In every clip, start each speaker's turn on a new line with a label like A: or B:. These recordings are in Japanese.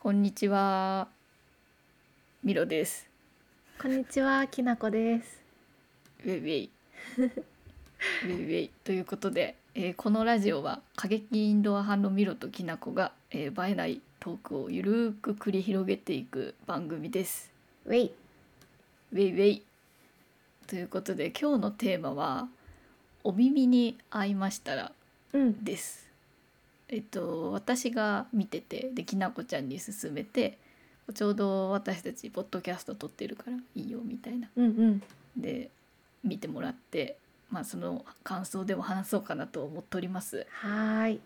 A: こんにちは。ミロです。
B: こんにちは、きなこです。
A: ウェイウェイ。ウェイウェイということで、えーこのラジオは過激インドア派のミロときなこが、えー、映えないトークをゆるーく繰り広げていく番組です。
B: ウェイ、
A: ウェイウェイ。ということで今日のテーマはお耳に合いましたら
B: うん、
A: です。えっと私が見ててできなこちゃんに勧めてちょうど私たちポッドキャスト撮ってるからいいよみたいな
B: うんうん、
A: で見てもらって、まあ、その感想でも話そうかなと思っております。
B: はーい、
A: い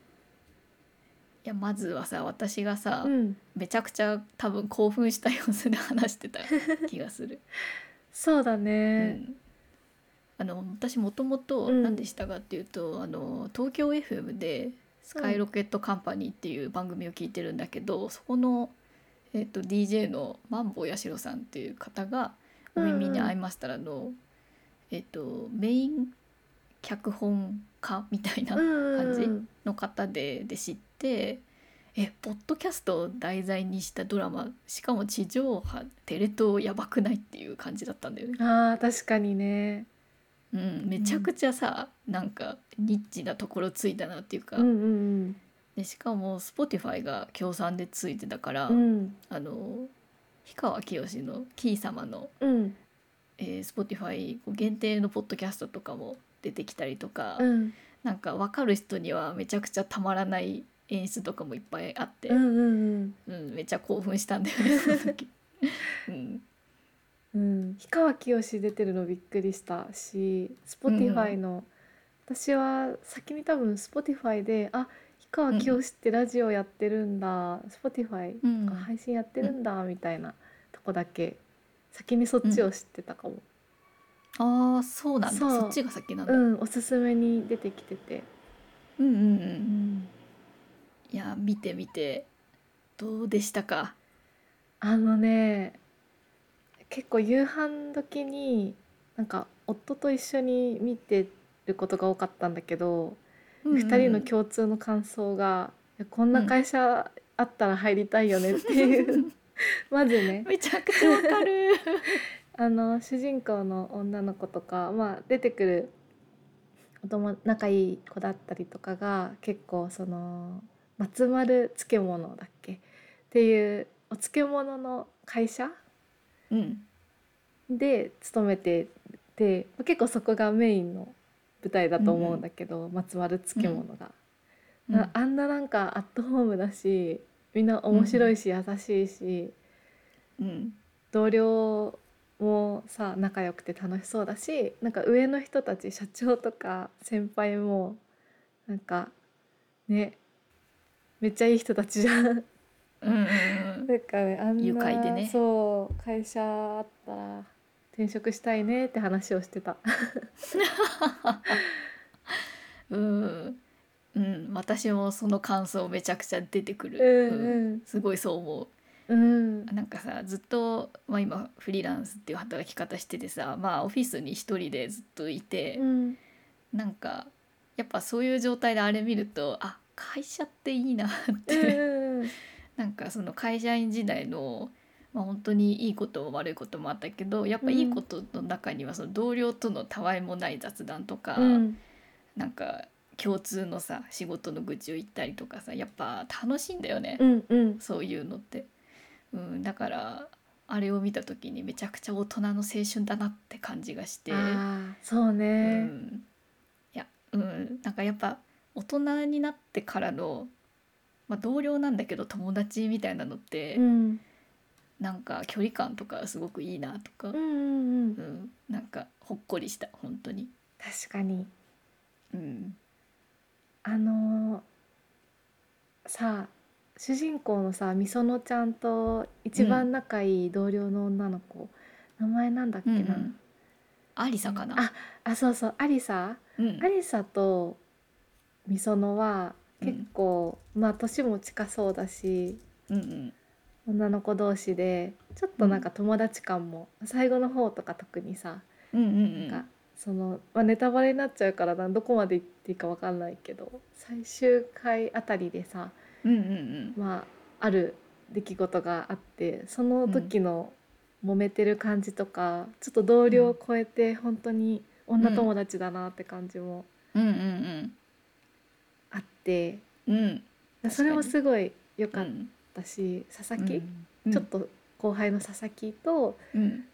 A: やまずはさ私がさ、
B: うん、
A: めちゃくちゃ多分興奮した様子で話してた気がする。
B: そうだ
A: う
B: ね。
A: んあの私もともと
B: うん
A: 何でしたかっていうと、あの東京 FM で「スカイロケットカンパニー」っていう番組を聞いてるんだけど、そこの、えっと DJ のマンボウヤシロさんっていう方が「お耳に合いましたらの」えっとメイン脚本家みたいな
B: うん、
A: 感じの方でで知ってえポッドキャストを題材にしたドラマしかも地上波テレ東やばくないっていう感じだったんだよね。
B: ああ、確かにね。
A: うん、めちゃくちゃさ、なんかニッチなところついたなっていうか、
B: うんうん
A: でしかも Spotify が協賛でついてたから、
B: うん、うん、
A: あの氷川きよしの「キー様の」
B: うん、
A: えー、Spotify 限定のポッドキャストとかも出てきたりとか、
B: うん、
A: なんか分かる人にはめちゃくちゃたまらない演出とかもいっぱいあって、
B: うんうん
A: うんめっちゃ興奮したんだよねその時。 うん
B: うん、うん、氷川きよし出てるのびっくりしたし、Spotify の。私は先に多分 Spotify で、あ、氷川きよしってラジオやってるんだ、Spotify
A: うん
B: あ配信やってるんだみたいなとこだけ先にそっちを知ってたかも、
A: ああそうなんだ
B: そ
A: そうっちが先なん
B: う
A: だ。
B: んおすすめに出てきてて、
A: うんうんうん
B: うん、
A: いや見てみてどうでしたか
B: あのね結構夕飯時になんか夫と一緒に見てることが多かったんだけど、
A: 二、
B: 二人の共通の感想がいや「こんな会社あったら入りたいよね」っていう、 まずね
A: めちゃくちゃわかる
B: あの主人公の女の子とか、まあ、出てくるお友仲いい子だったりとかが結構その松丸漬物だっけっていうお漬物の会社
A: うん
B: で勤めてて結構そこがメインの舞台だと思うんだけど、松丸漬物が、なあんななんかアットホームだしみんな面白いし優しいし、
A: うん
B: 同僚もさ仲良くて楽しそうだしなんか上の人たち社長とか先輩もなんかねめっちゃいい人たちじゃん。 なん
A: うんうん
B: かねあんな
A: 愉快でね
B: そう会社あったら転職したいねって話をしてた。
A: うんうんうん私もその感想めちゃくちゃ出てく
B: う
A: る、うん
B: ん
A: すごいそう思
B: うんうん
A: うなんかさずっと、まあ、今フリーランスっていう働き方しててさまあオフィスに一人でずっといて、
B: うん
A: なんかやっぱそういう状態であれ見るとあ会社っていいなっ
B: う
A: て、
B: ん
A: なんかその会社員時代の、まあ、本当にいいことも悪いこともあったけどやっぱいいことの中にはその同僚とのたわいもない雑談とか、
B: うん
A: なんか共通のさ仕事の愚痴を言ったりとかさやっぱ楽しいんだよね、
B: うんうん
A: そういうのって。うん、だからあれを見た時にめちゃくちゃ大人の青春だなって感じがして。
B: あーそう
A: う
B: ね
A: んいや、うん、なんかやっぱ大人になってからの、まあ、同僚なんだけど友達みたいなのって、
B: うん
A: なんか距離感とかすごくいいなとか、
B: うんうんう
A: うんん、なんかほっこりした本当に。
B: 確かに
A: うん、
B: あのーさあ主人公のさみそのちゃんと一番仲いい同僚の女の子、名前なんだっけ
A: う
B: な、
A: んうん、ありさかな。
B: ああそうそうありさ
A: うん
B: あ、りさとみそのは
A: うん
B: 結構、まあ年も近そうだし
A: うんうん、
B: 女の子同士でちょっとなんか友達感も、最後の方とか特にさ、
A: うんうんう
B: なん
A: ん
B: かその、まあ、ネタバレになっちゃうからなどこまで言っていいかわかんないけど最終回あたりでさ、
A: うんうんうん
B: まあ、ある出来事があってその時の揉めてる感じとか、ちょっと同僚を超えて本当に女友達だなって感じも
A: うんうん
B: あって、
A: うんうんうん
B: それもすごい良かっ
A: うん
B: たし、佐々木、
A: うん
B: ちょっと後輩の佐々木と
A: うん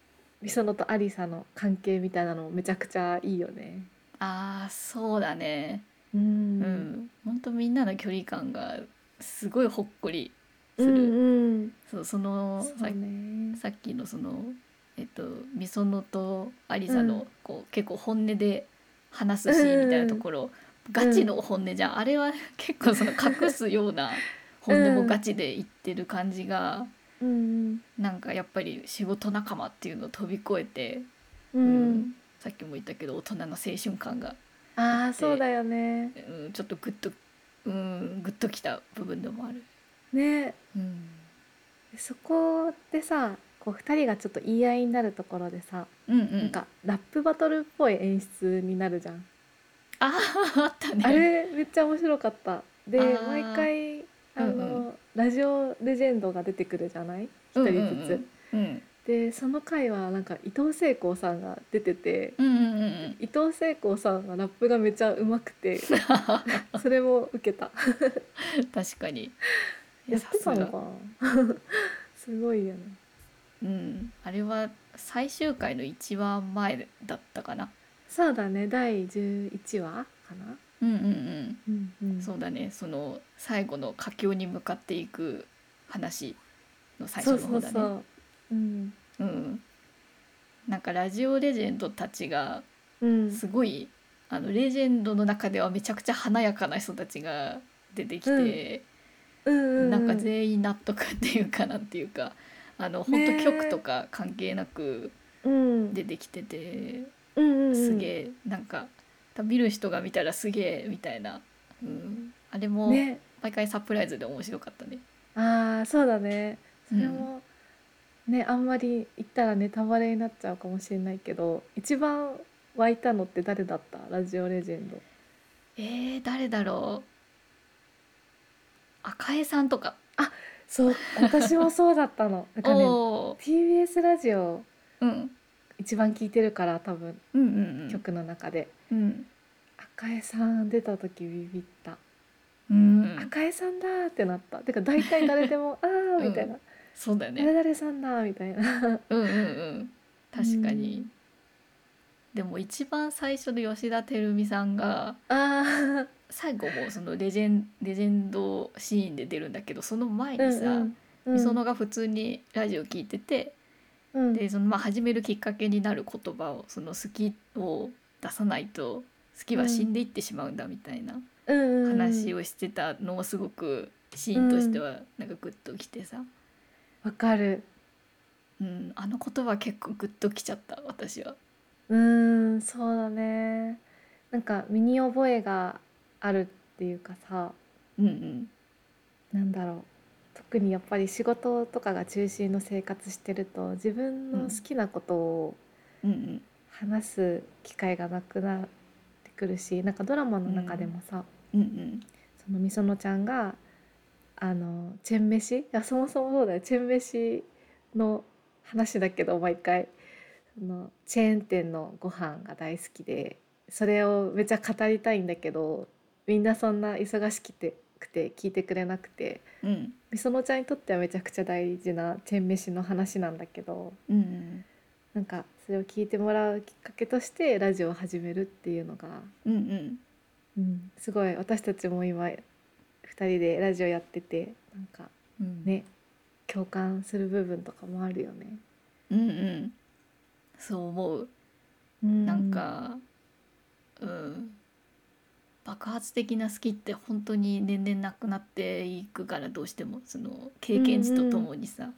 B: 美園とアリサの関係みたいなのもめちゃくちゃいいよね。
A: あーそうだね
B: う
A: うんんほんとみんなの距離感がすごいほっこりす
B: す
A: る、
B: る、うん
A: そうその
B: そう
A: さ
B: ね。
A: さっきのそのえっと美園とアリサの、
B: うん
A: こう結構本音で話すシーンみたいなところ、ガチの本音じゃん、あれは結構その隠すよう な本音もガチで言ってる感じが、
B: うん
A: なんかやっぱり仕事仲間っていうのを飛び越えて、
B: う、
A: うんさっきも言ったけど大人の青春感が、
B: ああそうだよね。
A: うん、ちょっとグッと、うん、グッときた部分でもある。
B: ね
A: うん
B: そこでさこう2人がちょっと言い合いになるところでさ、
A: うんう
B: なん
A: ん、
B: かラップバトルっぽい演出になるじゃん。
A: あーあったね
B: あれめっちゃ面白かった。で
A: あー
B: 毎回あの、
A: うん
B: ラジオレジェンドが出てくるじゃない
A: うん
B: 1
A: うんう
B: 人
A: ん
B: ずつ。
A: うん
B: でその回はなんか伊藤聖光さんが出てて、
A: うんうんうんうん
B: 伊藤聖光さんがラップがめちゃうまく てそれも受けた
A: 確かにいや
B: やっ
A: さ
B: て
A: す
B: た
A: が
B: のかな すごいよね
A: うんあれは最終回の一番前だったかな
B: そうだね第11話かな、
A: うんうんうん
B: うんうん、
A: そうだねその最後の佳境に向かっていく話の最
B: そう
A: 初の方
B: そう
A: だね
B: そううん
A: うんなんかラジオレジェンドたちが
B: うん
A: すごい、あのレジェンドの中ではめちゃくちゃ華やかな人たちが出てきて、
B: うんうん
A: なんか
B: うん
A: 全員納得っていうかなんていうかあの本
B: ね
A: 当局とか関係なく
B: うん
A: 出てきてて、
B: うんうんうん
A: すげえなんか多分見る人が見たらすげえみたいな、うん、あれも
B: ね
A: 毎回サプライズで面白かったね。
B: ああそうだねそれも、ねあんまり言ったらネタバレになっちゃうかもしれないけど一番湧いたのって誰だったラジオレジェンド
A: えー、誰だろう赤江さんとか。
B: そう私もそうだったの なんかね
A: おー
B: TBS ラジオ
A: うん
B: 一番聞いてるから多分
A: うんうん
B: 曲の中で、
A: うん
B: 赤江さん出た時ビビった、
A: うん、
B: 赤江さんだーってなったてか大体誰で もあーみたいな、
A: そうだよ
B: 誰
A: ね。
B: 々さんだーみたいな
A: うんうんうん、確かに、
B: うん
A: でも一番最初の吉田照美さんが
B: あ
A: 最後もそのレジェンレジェンドシーンで出るんだけどその前
B: ー
A: にさ、
B: うん
A: みそのが普通にラジオ聞いてて、
B: うん
A: でそのまあ始めるきっかけになる言葉をその好きを出さないと好きは死んでいってしまうんだみたいな
B: うん
A: 話
B: を
A: をしてたのをすごくシーンとしてはなんかグッときてさ、
B: わかる
A: うん、あの言葉結構グッときちゃった私は。
B: うーんそうだねなんか身に覚えがあるっていうかさ
A: うんうん
B: なんだろう特にやっぱり仕事とかが中心の生活してると自分の好きなことを
A: うんうん
B: 話す機会がなくなってくるしなんかドラマの中でもさ、
A: うんうん
B: そのみそのちゃんがあのチェン飯いやそもそもそうだよチェン飯の話だけど毎回そのチェーン店のご飯が大好きでそれをめちゃ語りたいんだけどみんなそんな忙しくてくて聞いてくれなくて
A: うん
B: みそのちゃんにとってはめちゃくちゃ大事なチェン飯の話なんだけど
A: うんうん
B: なんかそれを聞いてもらうきっかけとしてラジオを始めるっていうのが
A: うんうん
B: うん、すごい私たちも今2人でラジオやっててなんか
A: うん
B: ね共感する部分とかもあるよね。
A: うんうんそう思う。なんか、うん、爆発的な好きって本当に年々なくなっていくからどうしてもその経験値とともにさ、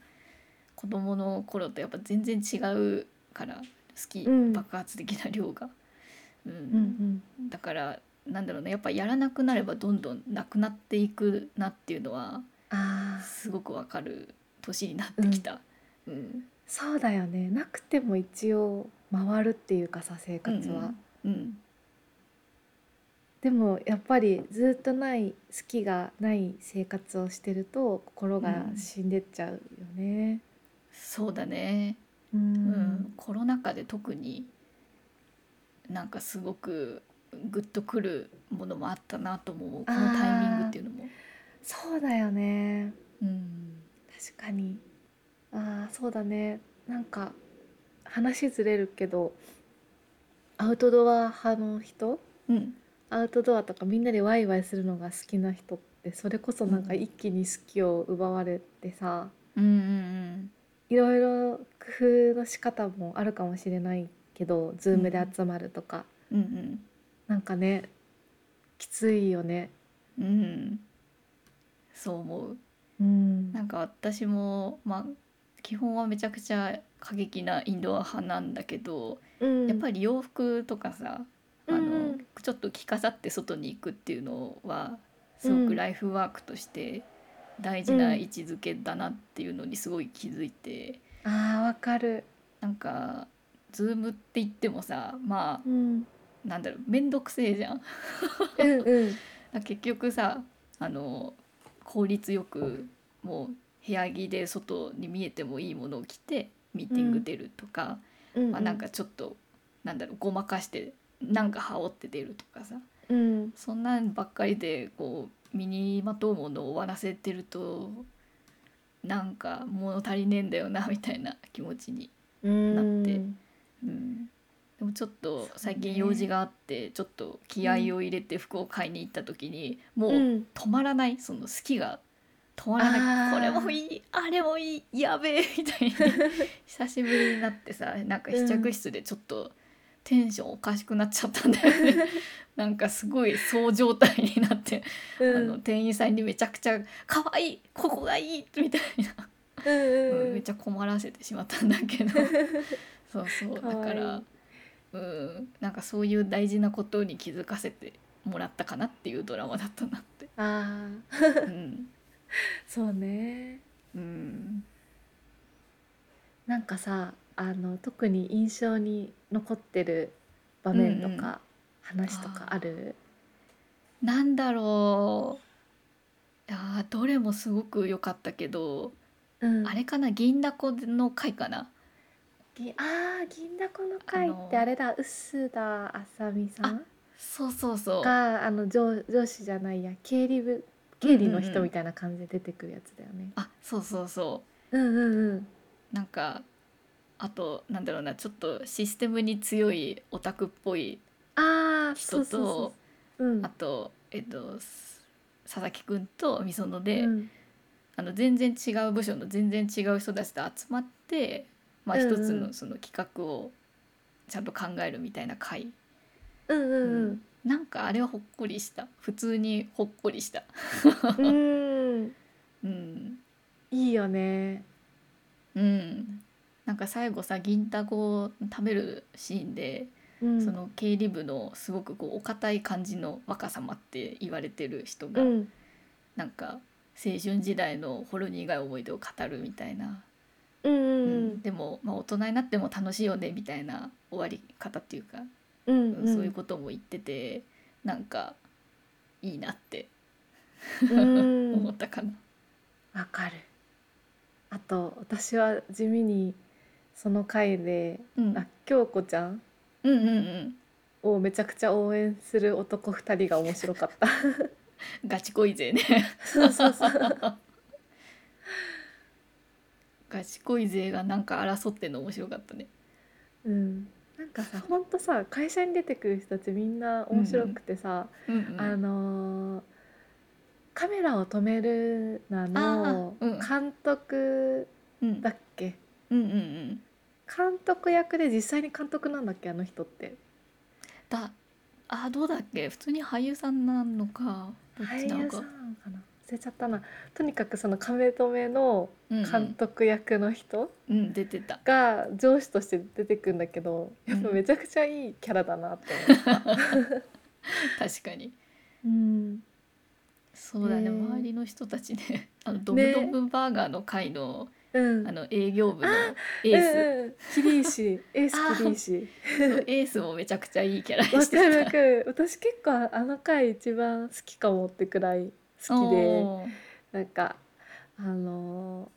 A: 子供の頃とやっぱ全然違うから好き、
B: うん
A: 爆発的な量が、うん
B: うん
A: だからなんだろうねやっぱやらなくなればどんどんなくなっていくなっていうのは
B: うん、あー
A: すごくわかる年になってきた。うん
B: そうだよねなくても一応回るっていうかさ生活は、
A: うん
B: でもやっぱりずっとない好きがない生活をしてると心が死んでっちゃうよね。
A: そうだね、
B: う
A: うんん、コロナ禍で特になんかすごくグッとくるものもあったなとも思うこのタイミングっていうのも。
B: そうだよね
A: うん、
B: 確かにああそうだねなんか話ずれるけどアウトドア派の人
A: うん、
B: アウトドアとかみんなでワイワイするのが好きな人ってそれこそなんか
A: うん
B: 一気に好きを奪われてさ、
A: うんうん
B: いろいろ工夫の仕方もあるかもしれないけど、ズームで集まるとか、
A: うんうん
B: なんかね、きついよね。
A: うんうんそう思う
B: うん
A: なんか私もまあ基本はめちゃくちゃ過激なインドア派なんだけど、やっぱ
B: り、
A: り洋服とかさあの、
B: うん
A: ちょっと着飾って外に行くっていうのはすご
B: う
A: く
B: ん
A: ライフワークとして大事な
B: うん
A: 位置づけだなっていうのにすごい気づいて、
B: ああ、わかる。
A: なんかズームって言ってもさま
B: うん
A: あなんだろう面倒くせえじゃん。だか
B: うんうん
A: ら結局さあの効率よくもう部屋着で外に見えてもいいものを着てミーティング出るとか。
B: うんうん
A: まあ、なんかちょっとなんだろうごまかしてなんか羽織って出るとかさ
B: うん
A: そんなんばっかりでこう身にまとうものを終わらせてるとなんか物足りねえんだよなみたいな気持ちに、
B: うん
A: なってうん、でもちょっと最近用事があってちょっと気合を入れて服を買いに行った時にもう
B: うん
A: 止まらないその好きが止まらない
B: あー
A: これもいいあれもいいやべえみた いに久しぶりになってさなんか試着室でちょっとテンションおかしくなっちゃったんだよ ねなんかすごいそう状態になって、
B: うん
A: あの店員さんにめちゃくちゃ「可愛いここがいい!」みたいな、
B: うんうん
A: めっちゃ困らせてしまったんだけ どそうそうだか
B: 可愛
A: ら
B: い
A: うんなんかそういう大事なことに気づかせてもらったかなっていうドラマだったな って。
B: ああ、
A: うん
B: そうね。
A: うん
B: なんかさ、あの特に印象に残ってる場面と
A: うんう
B: か話とかある？
A: なんだろういやーどれもすごく良かったけど、
B: うん
A: あれかな銀だこの回かな
B: ぎあー銀だこの会っ
A: あ
B: て
A: の
B: あれだ臼田あさみさん
A: そうそうそう
B: があの上上司じゃないや経理部経理の
A: うんうんう
B: 人
A: ん
B: みたいな感じで出てくるやつだよね。
A: あそうそうそ
B: うんうんうん。
A: うなんかあとなんだろうなちょっとシステムに強いオタクっぽい
B: ああそ
A: 人
B: うそうそ
A: と
B: う。うん
A: あ。とえっとす佐々木くんとみそので、
B: うん
A: あの全然違う部署の全然違う人たちと集まって、まあ、
B: うんうん
A: 一つのその企画をちゃんと考えるみたいな回。
B: うんうん
A: なんかあれはほっこりした普通にほっこりした
B: うん。うん。
A: うん
B: いいよね。
A: うんなんか最後さ銀だこを食べるシーンで、
B: うん。
A: その経理部のすごくこうお堅い感じの若様って言われてる人
B: う
A: が、
B: ん。
A: なんか青春時代のほろ苦い思い出を語るみたいな、
B: うん
A: う
B: うん
A: でも、まあ、大人になっても楽しいよねみたいな終わり方っていうか、
B: うん。うん
A: うんそういうことも言っててなんかいいなって
B: と。うん
A: 思ったかな。
B: わかる。あと私は地味にその回で、
A: うん、
B: あ京子ちゃん。
A: うんうんうん
B: をめちゃくちゃ応援する男二人が面白かった。
A: ガチ恋勢ね
B: そうそうそう。
A: ガチ恋勢がなんか争ってんの面白かったね
B: うん。なんかさ、本当さ、会社に出てくる人たちみんな面白くてさ、
A: うん
B: あのーカメラを止めるなの
A: あーうん
B: 監督
A: うんうん
B: だっけ？
A: うんうん
B: 監督役で実際に監督なんだっけあの人って。
A: だあどうだっけ普通に俳優さんなのかどっ
B: 俳
A: ちなの
B: 優さ
A: か
B: んかな。忘れちゃったな。とにかくそのカメ止めの
A: うんうん
B: 監督役の人。
A: うん出てた
B: が上司として出てくるんだけどやっぱ
A: うん
B: めちゃくちゃいいキャラだなって思った。
A: 確かに
B: うん、
A: そうだね、
B: へー
A: 周りの人たちねあのドムドムバーガーの会の
B: うん
A: あの営業部のエー
B: うんうん、キリーシエースキリーシ
A: ス、そうエースもめちゃくちゃいいキャラで
B: わ
A: し
B: かる
A: て
B: わ
A: た
B: かる私結構あの回一番好きかもってくらい好きで
A: おー
B: なんかあの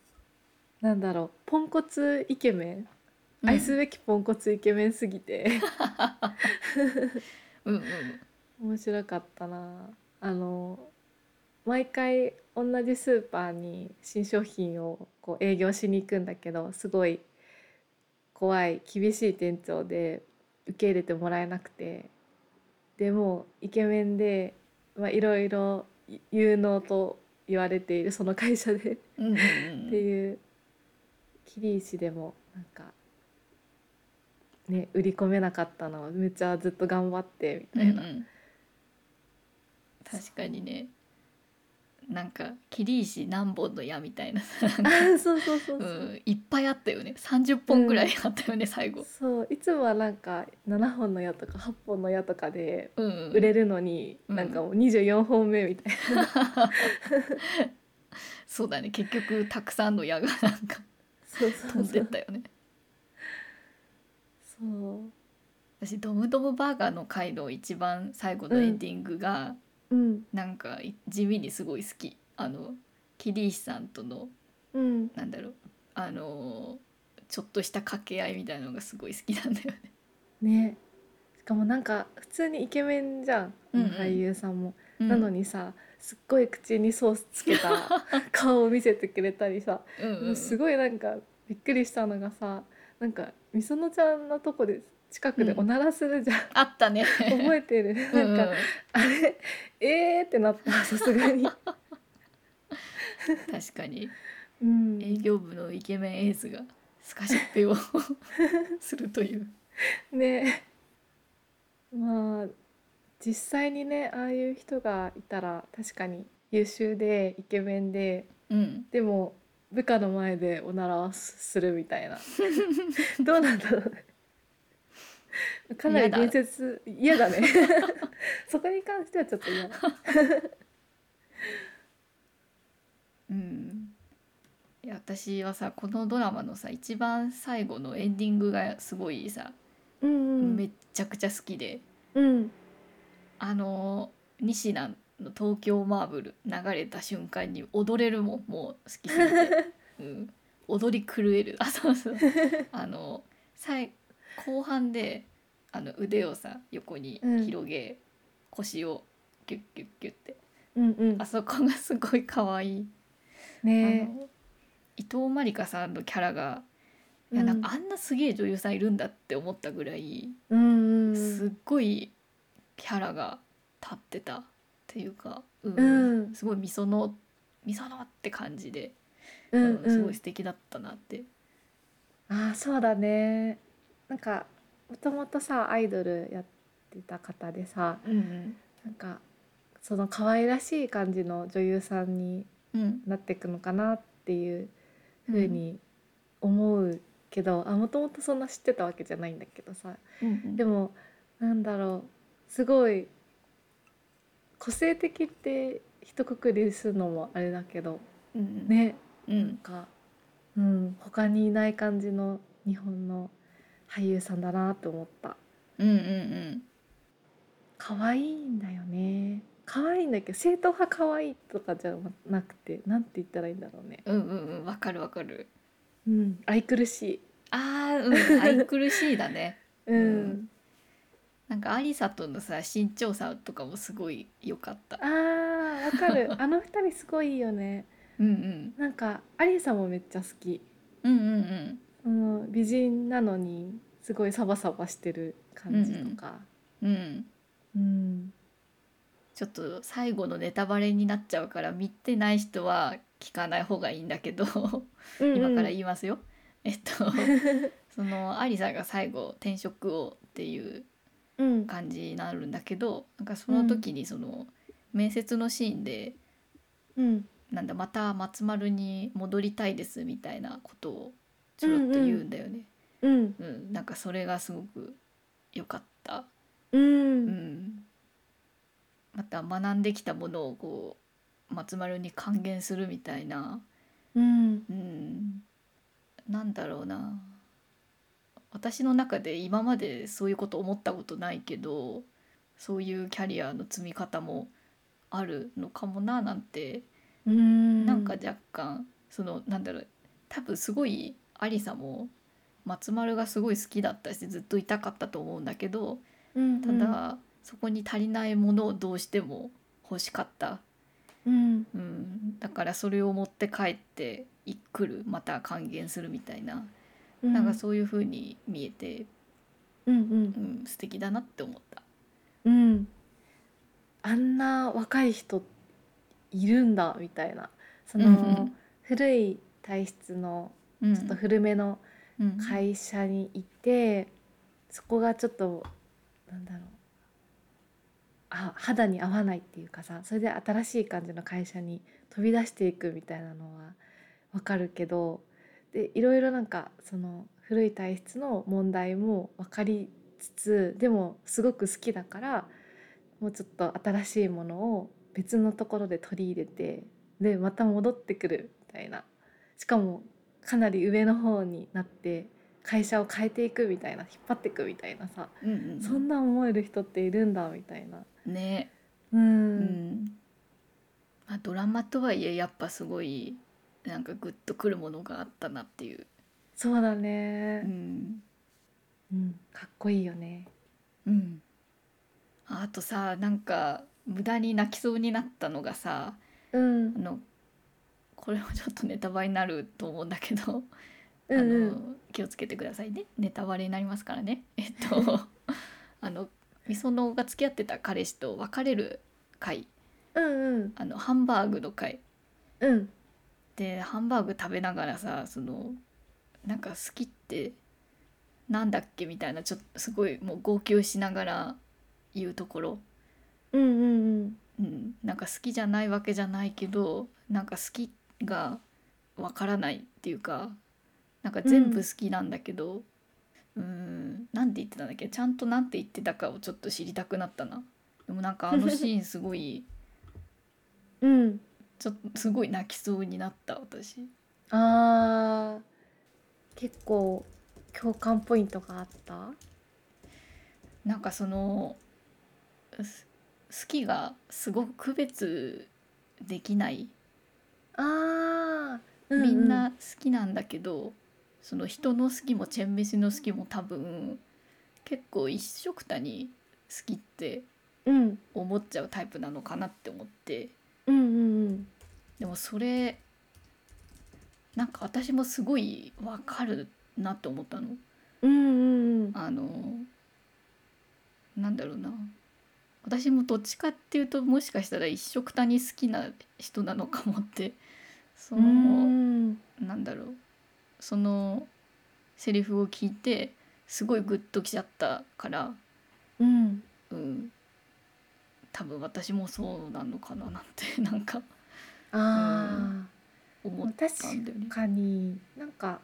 B: ーなんだろうポンコツイケメン、
A: うん
B: 愛すべきポンコツイケメンすぎて
A: うんうん
B: 面白かったなあのー毎回同じスーパーに新商品をこう営業しに行くんだけどすごい怖い厳しい店長で受け入れてもらえなくてでもうイケメンでまあいろいろ有能と言われているその会社で
A: うんうんう
B: って
A: ん
B: いうキリ石でもなんかね売り込めなかったのをめっちゃずっと頑張ってみ
A: うん
B: た
A: う
B: いな、
A: ん確かにねなんかキリ石何本の矢みたいなさなんか
B: あそうそうそうそう、
A: うん、いっぱいあったよね30本ぐらいあったよね、最後、
B: そういつもはなんか7本の矢とか8本の矢とかで
A: うんうん、
B: 売れるのに、
A: うん
B: なんかもう24本目みたいな、
A: そうだね結局たくさんの矢がなんか
B: そうそうそ
A: 飛
B: うん
A: でったよね
B: そ
A: 私「ドムドムバーガー」の回の一番最後のエンディングが、
B: ううん
A: なんかい地味にすごい好きあのキリシさんとの
B: うん
A: なんだろうあのーちょっとした掛け合いみたいなのがすごい好きなんだよね。
B: ねしかもなんか普通にイケメンじゃん、
A: うんうん
B: 俳優さんも、
A: うん
B: なの、にさすっごい口にソースつけ た顔を見せてくれたりさ
A: うんうん、
B: す
A: ごい
B: ごいなんかびっくりしたのがさなんかみそのちゃんのとこで近くでおならするじゃん、
A: あったね。
B: 覚えてるなんか、あれ えーってな ったさすがに、
A: うん、確かに
B: うん、
A: 営業部のイケメンエースがスカシッ ペを するという。
B: ねまあ実際にねああいう人がいたら確かに優秀でイケメンで
A: うん、
B: でも部下の前でおならはすするみた いなどうなんだろうねかなり伝説嫌だね そこに関してはちょっと嫌
A: うん、いや私はさこのドラマのさ一番最後のエンディングがすごいさ、
B: うん
A: めっちゃくちゃ好きで
B: うん
A: あのー西南の「東京マーブル」流れた瞬間に踊れるもんもう好 きすぎて、うん、踊り狂えるあそうそうあの最後半であの腕をさ横に広げ、腰をキュッキュッキュッって
B: うんうん
A: あそこがすごい可愛いあ
B: ね
A: の伊藤まりかさんのキャラが、
B: え
A: いやなんかあんなすげえ女優さんいるんだって思ったぐらい、
B: うんうん
A: すっごいキャラが立ってたっていうか、うん
B: うん
A: すごいみそのみそのって感じで、
B: うん
A: う
B: うん
A: すごい素敵だったなって。
B: ああそうだねなんかもともとさアイドルやってた方でさ
A: うん
B: なんかその可愛らしい感じの女優さんに
A: うん
B: なっていくのかなっていうふうに思うけど、あもともとそんな知ってたわけじゃないんだけどさ
A: うん
B: でもなんだろうすごい個性的って一括りするのもあれだけど
A: うん
B: ね
A: うん
B: なんか、うん、他にいない感じの日本の俳優さんだなと思った
A: うんうんうん
B: 可愛いんだよね可愛いんだけど正統派可愛いとかじゃなくてなんて言ったらいいんだろうね
A: うんうんうんわかるわかる。
B: うん愛くるしい
A: あーうん愛くるしいだ ね。
B: うん、
A: なんかアリサとのさ身長差とかもすごい良かった。
B: あーわかる あの二人すごいいいよね
A: うんうん
B: なんかアリサもめっちゃ好き、
A: うんうんうん。
B: うん、美人なのにすごいサバサバしてる感じとか
A: うん、
B: うん、
A: ちょっと最後のネタバレになっちゃうから見てない人は聞かない方がいいんだけど
B: うん
A: 今から言いますよ。えっとそのアリサが最後転職をっていう
B: うん
A: 感じになるんだけどなんかその時にその面接のシーンで、
B: うん
A: なんだまた松丸に戻りたいですみたいなことをちょろっと言うんだよね。
B: うん
A: うん、なんかそれがすごく良かった。
B: う
A: うんん、また学んできたものをこう松丸に還元するみたいな、
B: う
A: う
B: ん
A: ん、なんだろうな私の中で今までそういうこと思ったことないけどそういうキャリアの積み方もあるのかもななんて
B: うん
A: なんか若干そのなんだろう多分すごいアリサも松丸がすごい好きだったしずっといたかったと思うんだけど
B: うん
A: ただ、そこに足りないものをどうしても欲しかった、
B: うん
A: うん、だからそれを持って帰ってい来るまた還元するみたいな、
B: うん
A: なんかそういう風に見えて、
B: うん
A: うん、素敵だなって思った。
B: うんうんあんな若い人いるんだみたいなそ
A: うんう
B: の
A: ん
B: 古い体質の
A: うん
B: ちょっと古めの
A: うん
B: 会社にいて、そこがちょっとなんだろうあ肌に合わないっていうかさそれで新しい感じの会社に飛び出していくみたいなのはわかるけどでいろいろなんかその古い体質の問題も分かりつつでもすごく好きだからもうちょっと新しいものを別のところで取り入れてでまた戻ってくるみたいなしかもかなり上の方になって会社を変えていくみたいな引っ張っていくみたいなさ、
A: うんうんうん
B: そんな思える人っているんだみたいな。
A: ね、
B: う、
A: うんんまあ、ドラマとはいえやっぱすごいなんかグッとくるものがあったなっていう、
B: そうだ
A: う
B: ね、
A: ん
B: うん、かっこいいよね。
A: うん、ああとさなんか無駄に泣きそうになったのがさ
B: うん、
A: あのこれもちょっとネタバレになると思うんだけど、
B: うんう
A: あ
B: ん、
A: の気をつけてくださいねネタバレになりますからね。 えっとあのみそのが付き合ってた彼氏と別れる回
B: うんうん
A: あのハンバーグの回
B: うん
A: でハンバーグ食べながらさそのなんか好きってなんだっけみたいなちょっとすごいもう号泣しながら言うところ、
B: うんうん
A: うん、なんか好きじゃないわけじゃないけどなんか好きがわからないっていうかなんか全部好きなんだけどうんなんて言ってたんだっけちゃんとなんて言ってたかをちょっと知りたくなったな。でもなんかあのシーンすごい
B: うん
A: ちょっとすごい泣きそうになった私。
B: うんあー結構共感ポイントがあった
A: なんかそのす好きがすごく区別できない、
B: あー、うう
A: みんな好きなんだけどその人の好きもチェンメシの好きも多分結構一緒くたに好きって
B: うん
A: 思っちゃうタイプなのかなって思って
B: うんうん
A: でもそれなんか私もすごいわかるなと思ったの。
B: うんうんうん
A: あのなんだろうな私もどっちかっていうともしかしたら一緒くたに好きな人なのかもってその
B: ん
A: なんだろうそのセリフを聞いてすごいグッときちゃったから、
B: うん
A: うん、多分私もそうなのかななんて なんか
B: あ
A: 思っ
B: ー
A: たんだよね
B: 確。かになんか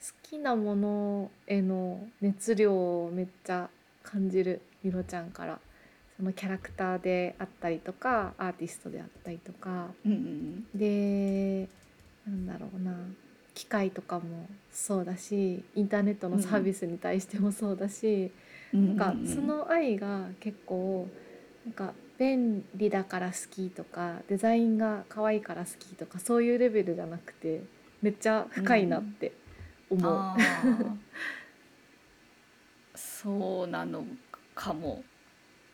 B: 好きなものへの熱量をめっちゃ感じるミロちゃんからそのキャラクターであったりとかアーティストであったりとか
A: うんうん
B: でなんだろうな機械とかもそうだしインターネットのサービスに対してもそうだし、
A: うん
B: なんかその愛が結構なんか便利だから好きとかデザインが可愛いから好きとかそういうレベルじゃなくてめっちゃ深いなって思う。
A: あーそうなのかも。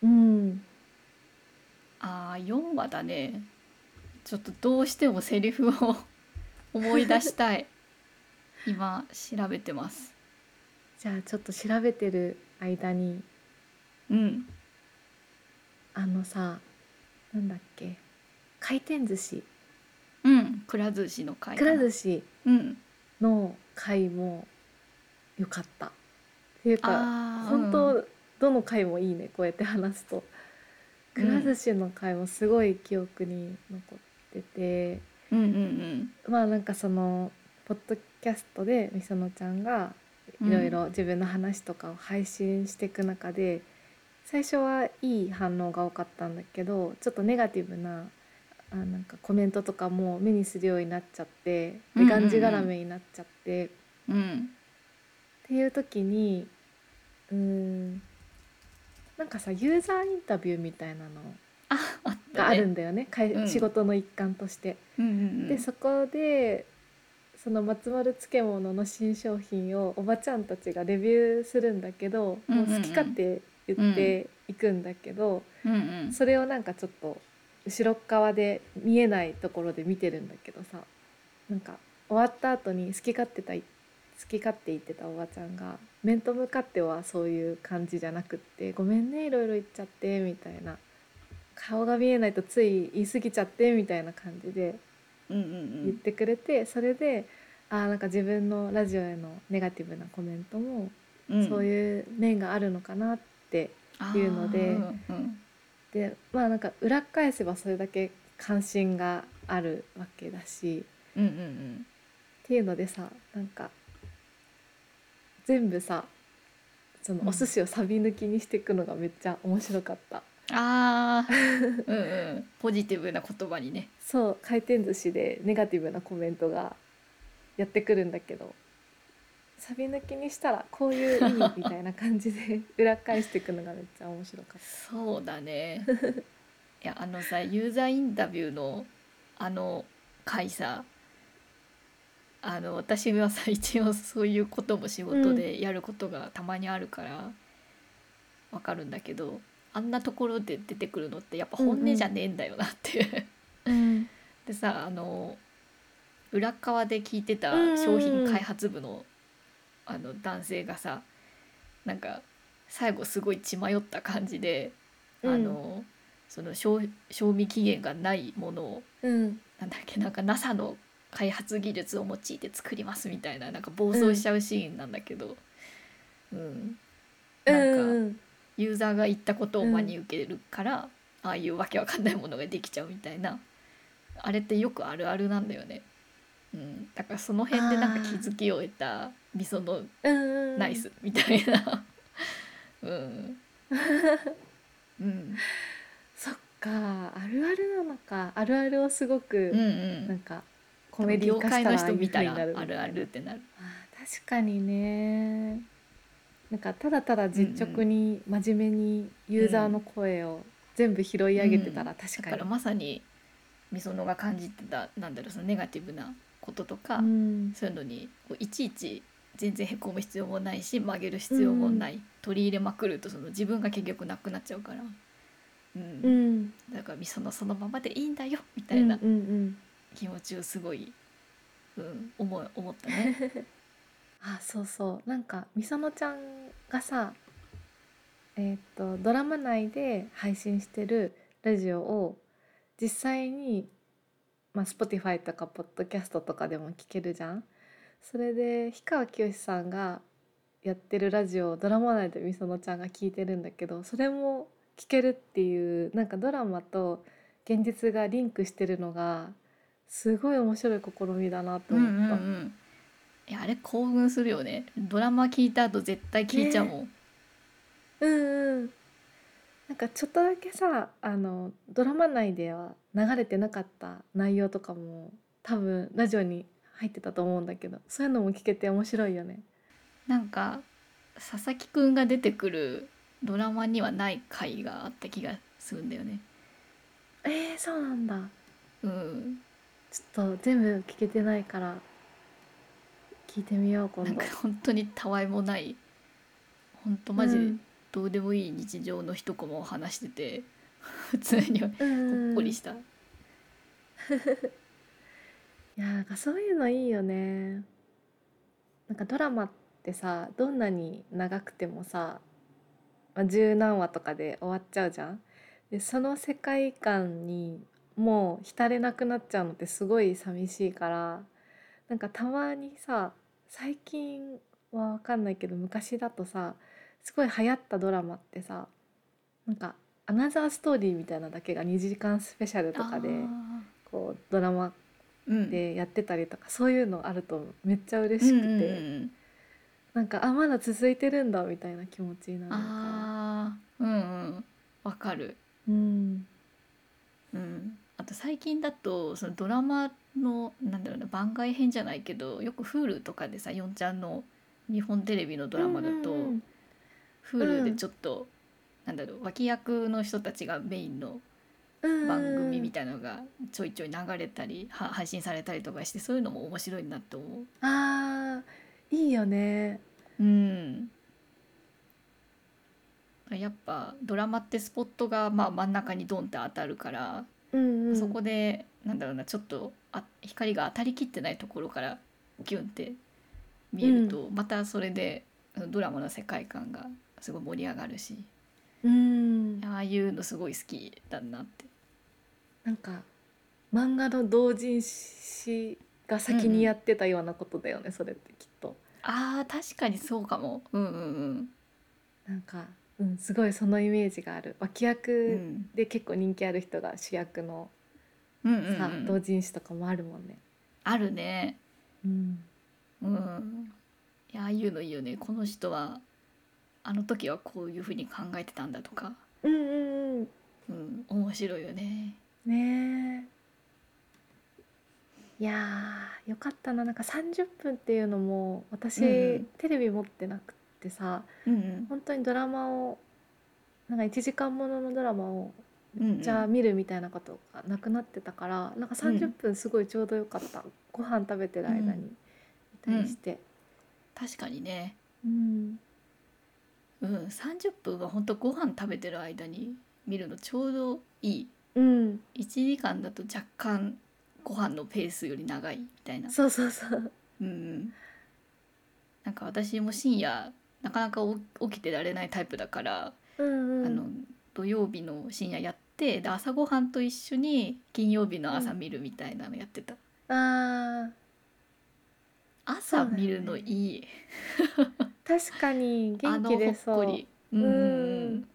B: うん、
A: ああ4話だねちょっとどうしてもセリフを 思い出したい今調べてます
B: じゃあちょっと調べてる間に
A: うん
B: あのさなんだっけ回転寿司
A: うんくら寿司の回
B: くら
A: 司
B: 寿司
A: うん
B: の回も良かった。っていうか
A: あー
B: 本当、どの回もいいねこうやって話すと。くら寿司の回もすごい記憶に残ってて、
A: うんうんうん
B: まあなんかそのポッドキャストでみそのちゃんが
A: うん
B: いろいろ自分の話とかを配信していく中で、最初はいい反応が多かったんだけどちょっとネガティブなあなんかコメントとかも目にするようになっちゃって
A: うんう
B: で
A: んうん
B: がんじがらめになっちゃって、
A: ううん
B: っていう時にうーんなんかさユーザーインタビューみたいなの
A: あっ
B: が
A: た
B: あ
A: ね
B: るんだよねかい
A: うん
B: 仕事の一環として。
A: うんうんうん
B: でそこでその松丸漬物の新商品をおばちゃんたちがレビューするんだけど、
A: うんうんうん
B: もう好き勝手言っていくんだけど、
A: うんうん
B: それをなんかちょっと後ろっ側で見えないところで見てるんだけどさなんか終わった後に好き勝手たい好き勝手言ってたおばちゃんが「面と向かってはそういう感じじゃなくってごめんねいろいろ言っちゃって」みたいな顔が見えないとつい言い過ぎちゃってみたいな感じで
A: うん
B: 言ってくれて、それであーなんか自分のラジオへのネガティブなコメントも、
A: うんうん
B: そういう面があるのかなっていうので
A: あーうん
B: でまあなんか裏返せばそれだけ関心があるわけだし
A: うんうんうん
B: っていうのでさなんか全部さその
A: うん
B: お寿司をサビ抜きにしていくのがめっちゃ面白かった。
A: うんあ ーうんうんポジティブな言葉にね
B: そう回転寿司でネガティブなコメントがやってくるんだけどサビ抜きにしたらこういう意味みたいな感じで 裏返していくのがめっちゃ面白かっ
A: そうだね いやあのさユーザーインタビューのあの回さあの私はさ一応そういうことも仕事でやることがたまにあるからわかるんだけど、あんなところで出てくるのってやっぱ本音じゃねえんだよなっていう、
B: た。うん
A: でさあの裏側で聞いてた商品開発部の,、あの男性がさなんか最後すごい血迷った感じで、あのその賞賞味期限がないものを
B: うん
A: なんだっけなんか NASA の開発技術を用いて作りますみたいななんか暴走しちゃうシーンなんだけど、うんなんか、
B: うん
A: ユーザーが言ったことを真に受けるから、ああいうわけわかんないものができちゃうみたいなあれってよくあるあるなんだよね。うん、だからその辺でなんか気づきを得たみその
B: うんうん
A: ナイスみたいなうん、うん、
B: そっかあるあるなのかあるあるをすご
A: うんう
B: く、 なんんかコメディ化し
A: 業界の
B: たらああい
A: 人
B: う
A: 見た
B: 風
A: ら
B: になる
A: あるあるってなる
B: あー確かにねなんかただただ実直に真面目にユーザーの声を全部拾い上げてたら確
A: だ
B: か
A: か
B: に、
A: らまさにみそのが感じてたなんだろうそのネガティブなこととか、
B: うん
A: そういうのにこういちいち全然へこむ必要もないし曲げる必要もない、取り入れまくるとその自分が結局なくなっちゃうから、うん
B: うん、
A: だからみそのそのままでいいんだよみた
B: うんう
A: い
B: んう
A: なん気持ちをすごい、うん、思い思った ね。
B: あそうそうなんかみそのちゃんがさえーっとドラマ内で配信してるラジオを実際に、まあ、Spotify とかポッドキャストとかでも聞けるじゃんそれで氷川きよしさんがやってるラジオをドラマ内でみそのちゃんが聞いてるんだけどそれも聞けるっていうなんかドラマと現実がリンクしてるのがすごい面白い試みだなと
A: うんう
B: 思
A: ん
B: った。
A: うんいやあれ興奮するよねドラマ聞いた後絶対聞いちゃうもん、
B: うんうんなんかちょっとだけさあのドラマ内では流れてなかった内容とかも多分ラジオに入ってたと思うんだけどそういうのも聞けて面白いよね。
A: なんか佐々木くんが出てくるドラマにはない回があった気がするんだよね。
B: えー、そうなんだ
A: うん、
B: ちょっと全部聞けてないから聞いてみよう今
A: なん
B: 度
A: か。本当にたわいもない本当マジ
B: うん
A: どうでもいい日常の一コマを話してて普通にほっ
B: うんうん
A: こりした、
B: いやなんかそういうのいいよねなんかドラマってさどんなに長くてもさ、まあ、十何話とかで終わっちゃうじゃんでその世界観にもう浸れなくなっちゃうのってすごい寂しいからなんかたまにさ最近は分かんないけど昔だとさすごい流行ったドラマってさなんか「アナザーストーリー」みたいなだけが2時間スペシャルとかで
A: あ
B: こうドラマ
A: ーうん
B: でやってたりとか、そういうのあるとめっちゃ嬉しくて、
A: うんうんうん
B: なんかあまだ続いてるんだみたいな気持ちになるから、
A: あーうんうんわかる、
B: うん、
A: うん、あと最近だとそのドラマのなんだろうな番外編じゃないけどよく Hulu とかでさよんちゃんの日本テレビのドラマだと、
B: うんうんうん
A: Hulu でちょっと、なんだろう脇役の人たちがメインの番組み
B: たい
A: たいなのがちょいちょい流れたり、は配信されたりとかしてそういうのも面白いなって思う。
B: あーいいよね
A: うんやっぱドラマってスポットがまあ真ん中にドンって当たるから、
B: うん、うん、
A: そこでなんだろうなちょっとあ光が当たりきってないところからギュンって見えると、またそれでドラマの世界観がすごい盛り上がるし
B: うん
A: ああいうのすごい好きだなって
B: なんか漫画の同人誌が先にやってたようなことだよね、それってきっと
A: あー確かにそうかもうんうん
B: なんか、うん、すごいそのイメージがある脇
A: うんう
B: 役
A: ん
B: で結構人気ある人が主役の
A: うん
B: さ、
A: うんう
B: 同
A: ん
B: 人誌とかもあるもんね、
A: あるね
B: うん、
A: うんいやああいうのいいよねこの人はあの時はこういうふうに考えてたんだとか、
B: うんうんうん
A: うん、面白いよね
B: ねえいやーよかったななんか30分っていうのも
A: う
B: 私、
A: んうん
B: テレビ持ってなくってさ
A: うん
B: 本当にドラマをなんか1時間もののドラマを
A: うんうんうん
B: じゃあ見るみたいなことがなくなってたから、なんか30分すごいちょうどよかった、ご飯食べてる間に見たりして、
A: 確かにね
B: うん
A: うん30分は本当ご飯食べてる間に見るのちょうどいい
B: うん、
A: 1時間だと若干ご飯のペースより長いみたいな
B: そうそうそう
A: うんうんなんか私も深夜なかなかお起きてられないタイプだから、
B: うんうん
A: あの土曜日の深夜やってで朝ごはんと一緒に金曜日の朝見るみたいなのやってた、
B: あー
A: 朝見るのいい、
B: 確かに
A: あ
B: 元
A: のほ
B: 気
A: っ
B: でそ
A: こ
B: う
A: りうんうんう
B: うん
A: ん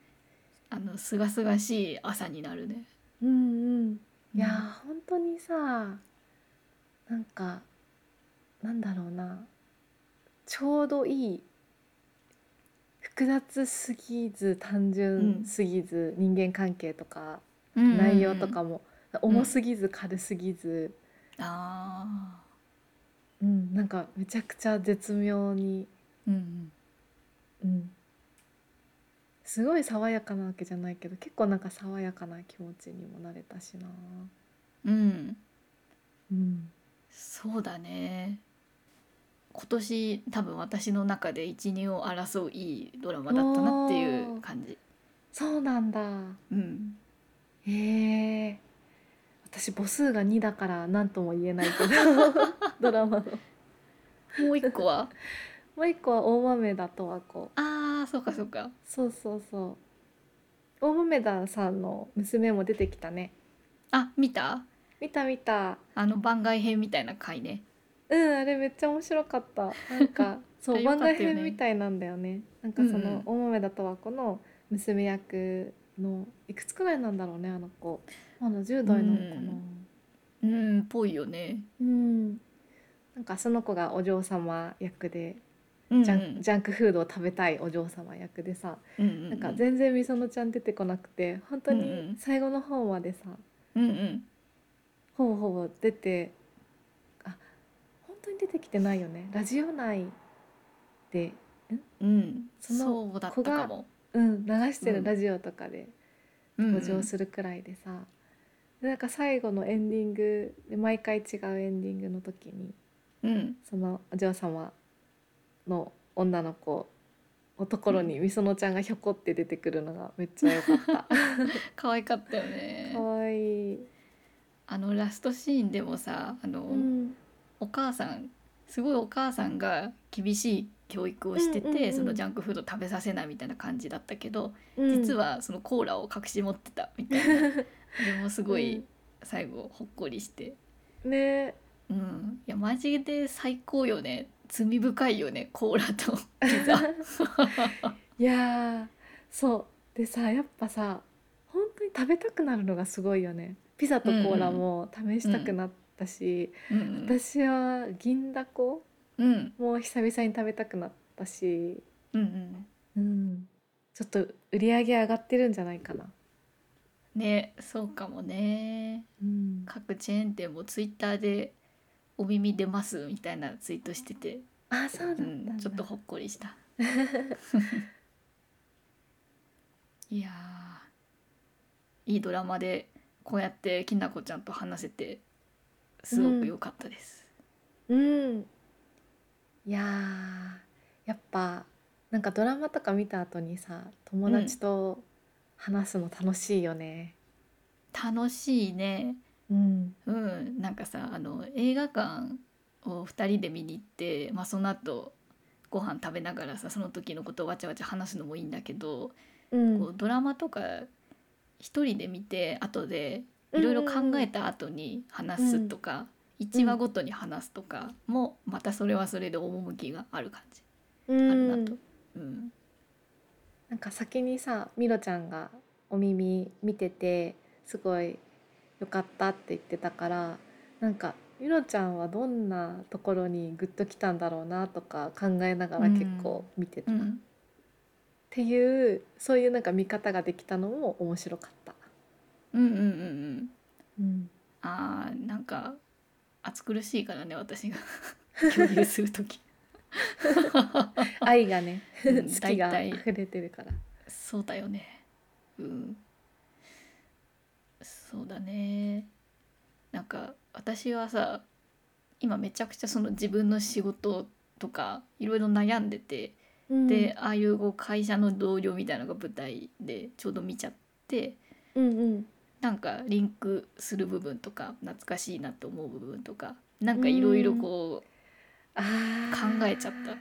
A: あのすがすがしい朝になるね
B: うんうんいやー、本当にさなんかなんだろうなちょうどいい複雑すぎず単純すぎず、人間関係とか
A: うんうんうん
B: 内容とかも、
A: ん
B: 重すぎず軽すぎず、
A: あ
B: うんなんかめちゃくちゃ絶妙に、
A: ーうん
B: うん、すごい爽やかなわけじゃないけど結構なんか爽やかな気持ちにもなれたしな。
A: うんうん
B: うん、
A: そうだね今年多分私の中で一二を争ういいドラマだったなっていう感じ
B: そうなんだ
A: うん
B: ええ私母数が2だから何とも言えない けどドラマの
A: もう一個は
B: もう一個は大豆田とわ子
A: ああそうかそうか
B: そうそうそう大豆田さんの娘も出てきたね
A: あ見た
B: 見た見た
A: あの番外編みたいな回ね
B: うんあれめっちゃ面白かったな んかそう、
A: あよかっ
B: 番
A: たよね
B: 外編みたいなんだよねなんかそ
A: うんうん
B: の大豆田とわ子の娘役のいくつくらいなんだろうねあの子まだ10代なのかな、
A: うんうんぽいよね
B: うん、なんかその子がお嬢様役で
A: うんうん
B: ジャン,、ジャンクフードを食べたいお嬢様役でさ、
A: うんうん
B: なんか全然みそのちゃん出てこなくて本当
A: うんう
B: に
A: ん
B: 最後の方までさ、
A: うんうん
B: ほぼほぼ出てあ本当に出てきてないよねラジオ内で、
A: うん、
B: その
A: そうだったかも。
B: うん、流して
A: うん
B: るラジオとかで
A: 登
B: 登場するくらいでさ、でなんか最後のエンディングで毎回違うエンディングの時に
A: る。うん、
B: そのお嬢様の女の子のところにみそのちゃんがひょこって出てくるのがめっちゃ良かった。
A: 可愛かったよね
B: か。わいい。
A: あのラストシーンでもさ、あの、
B: うん
A: お母さん。すごいお母さんが厳しい教育をしてて、
B: うんうんうん
A: そのジャンクフード食べさせないみたいな感じだったけど、
B: うん
A: 実はそのコーラを隠し持ってたみたい なあれもすご
B: う
A: い
B: ん
A: 最後ほっこりして、
B: ね
A: うん、いやマジで最高よね罪深いよねコーラとピ ザ
B: いやーそうでさやっぱさ本当に食べたくなるのがすごいよねピザとコーラも試したくなったし、
A: うん
B: 私は銀だこ
A: うんうん
B: も久々に食べたくなったし、
A: うんうん
B: うん、ちょっと売り上げ上がってるんじゃないかな
A: ねそうかもね
B: うん、
A: 各チェーン店もツイッターで「お耳出ます」みたいなツイートしてて、
B: あそう
A: う
B: なんだ、
A: ん、ちょっとほっこり したいやーいいドラマでこうやってきなこちゃんと話せてすごく良かったです、
B: うんいやーやっぱなんかドラマとか見た後にさ友達と話すの楽しいよね。
A: 楽しいね
B: うん、
A: うん、なんかさあの映画館を2人で見に行って、まあ、その後ご飯食べながらさその時のことをわちゃわちゃ話すのもいいんだけど、
B: うん
A: こうドラマとか一人で見て後でいろいろ考えた後に話すとか、一話ごとに話すとかもまたそれはそれで趣がある感じ。
B: うん
A: あるなとうん、
B: なんか先にさミロちゃんがお耳見ててすごい良かったって言ってたからなんかミロちゃんはどんなところにグッときたんだろうなとか考えながら結構見てた、
A: う
B: っ
A: ん、
B: ていうそういうなんか見方ができたのも面白かった。
A: うんうんうんうん
B: うん、
A: あーなんか暑苦しいからね私が共有する時。
B: 愛がね、
A: うん
B: 好きが
A: 大体
B: 溢れてるから。
A: そうだよねうんそうだねなんか私はさ今めちゃくちゃその自分の仕事とかいろいろ悩んでて、で、ああいうこう会社の同僚みたいなのが舞台でちょうど見ちゃって
B: うんうん、
A: なんかリンクする部分とか懐かしいなと思う部分とかなんかいろいろこう
B: あー
A: 考えちゃった。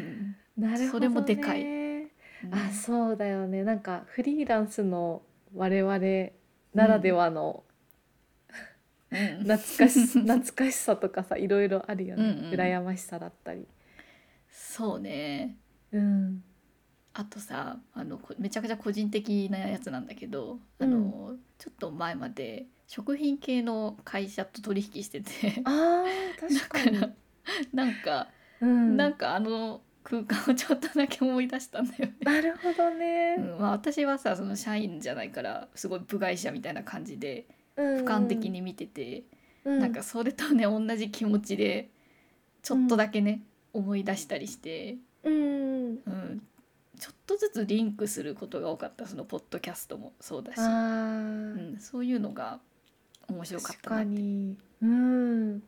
A: うん
B: なるほ
A: そ
B: ど、ね、
A: れもでかいうん
B: あそうだよねなんかフリーランスの我々ならではの
A: うん
B: 懐かし,、 懐かしさとかさいろいろあるよね、
A: うんうん
B: 羨ましさだったり、
A: そうね
B: うん、
A: あとさあのこめちゃくちゃ個人的なやつなんだけどあの、ちょっと前まで食品系の会社と取引してて
B: あー
A: だ
B: 確か
A: か
B: に
A: らなんか、
B: うん、
A: なん
B: な
A: かあの空間をちょっとだけ思い出したんだよね。
B: るほど
A: う
B: ね、
A: んまあ、私はさその社員じゃないからすごい部外者みたいな感じで
B: う
A: 俯
B: ん
A: 瞰的、に見てて、
B: うん、
A: なんかそれとね同じ気持ちでちょっとだけね、思い出したりして、
B: うん
A: うん、ちょっとずつリンクすることが多かったそのポッドキャストもそうだし
B: あ、ー、
A: うん、そういうのが面白かっ
B: 確
A: たな
B: かにうん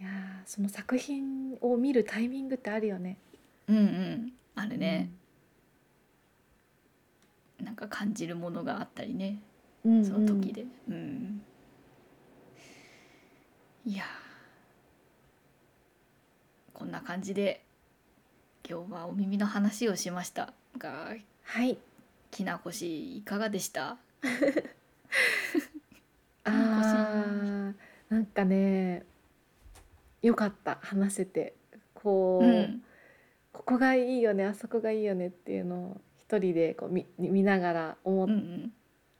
B: いやーその作品を見るタイミングってあるよね
A: うんうんあれね、なんか感じるものがあったりね
B: うん、うん
A: その時でうん、いやーこんな感じで今日はお耳の話をしましたが
B: はい
A: きなこしいかがでした
B: あ
A: んかし
B: ーなんかねよかった話せてこう、
A: うん
B: ここがいいよねあそこがいいよねっていうのを一人でこう見見ながら思
A: うんう
B: っ
A: ん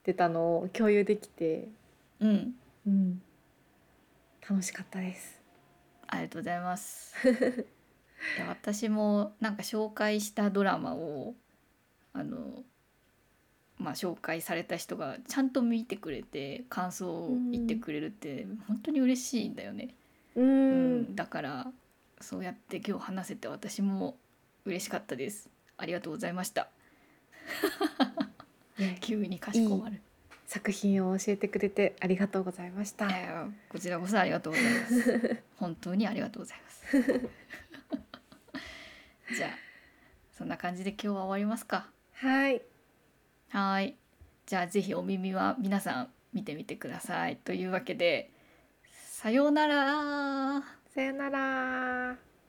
B: てたのを共有できて、
A: うん
B: うん、楽しかったです。
A: ありがとうござい ます。いや私もなんか紹介したドラマをあのまあ紹介された人がちゃんと見てくれて感想を言ってくれるって本当に嬉しいんだよね。
B: う、
A: うんだからそうやって今日話せて私も嬉しかったです。ありがとうございました。
B: ね
A: 急にかしこまる。
B: 作品を教えてくれてありがとうございました。
A: いやいやこちらこそありがとうございます。本当にありがとうございます。 じゃあそんな感じで今日は終わりますか。
B: はい、
A: はーい。じゃあぜひお耳は皆さん見てみてください。というわけでさようなら。
B: さよなら。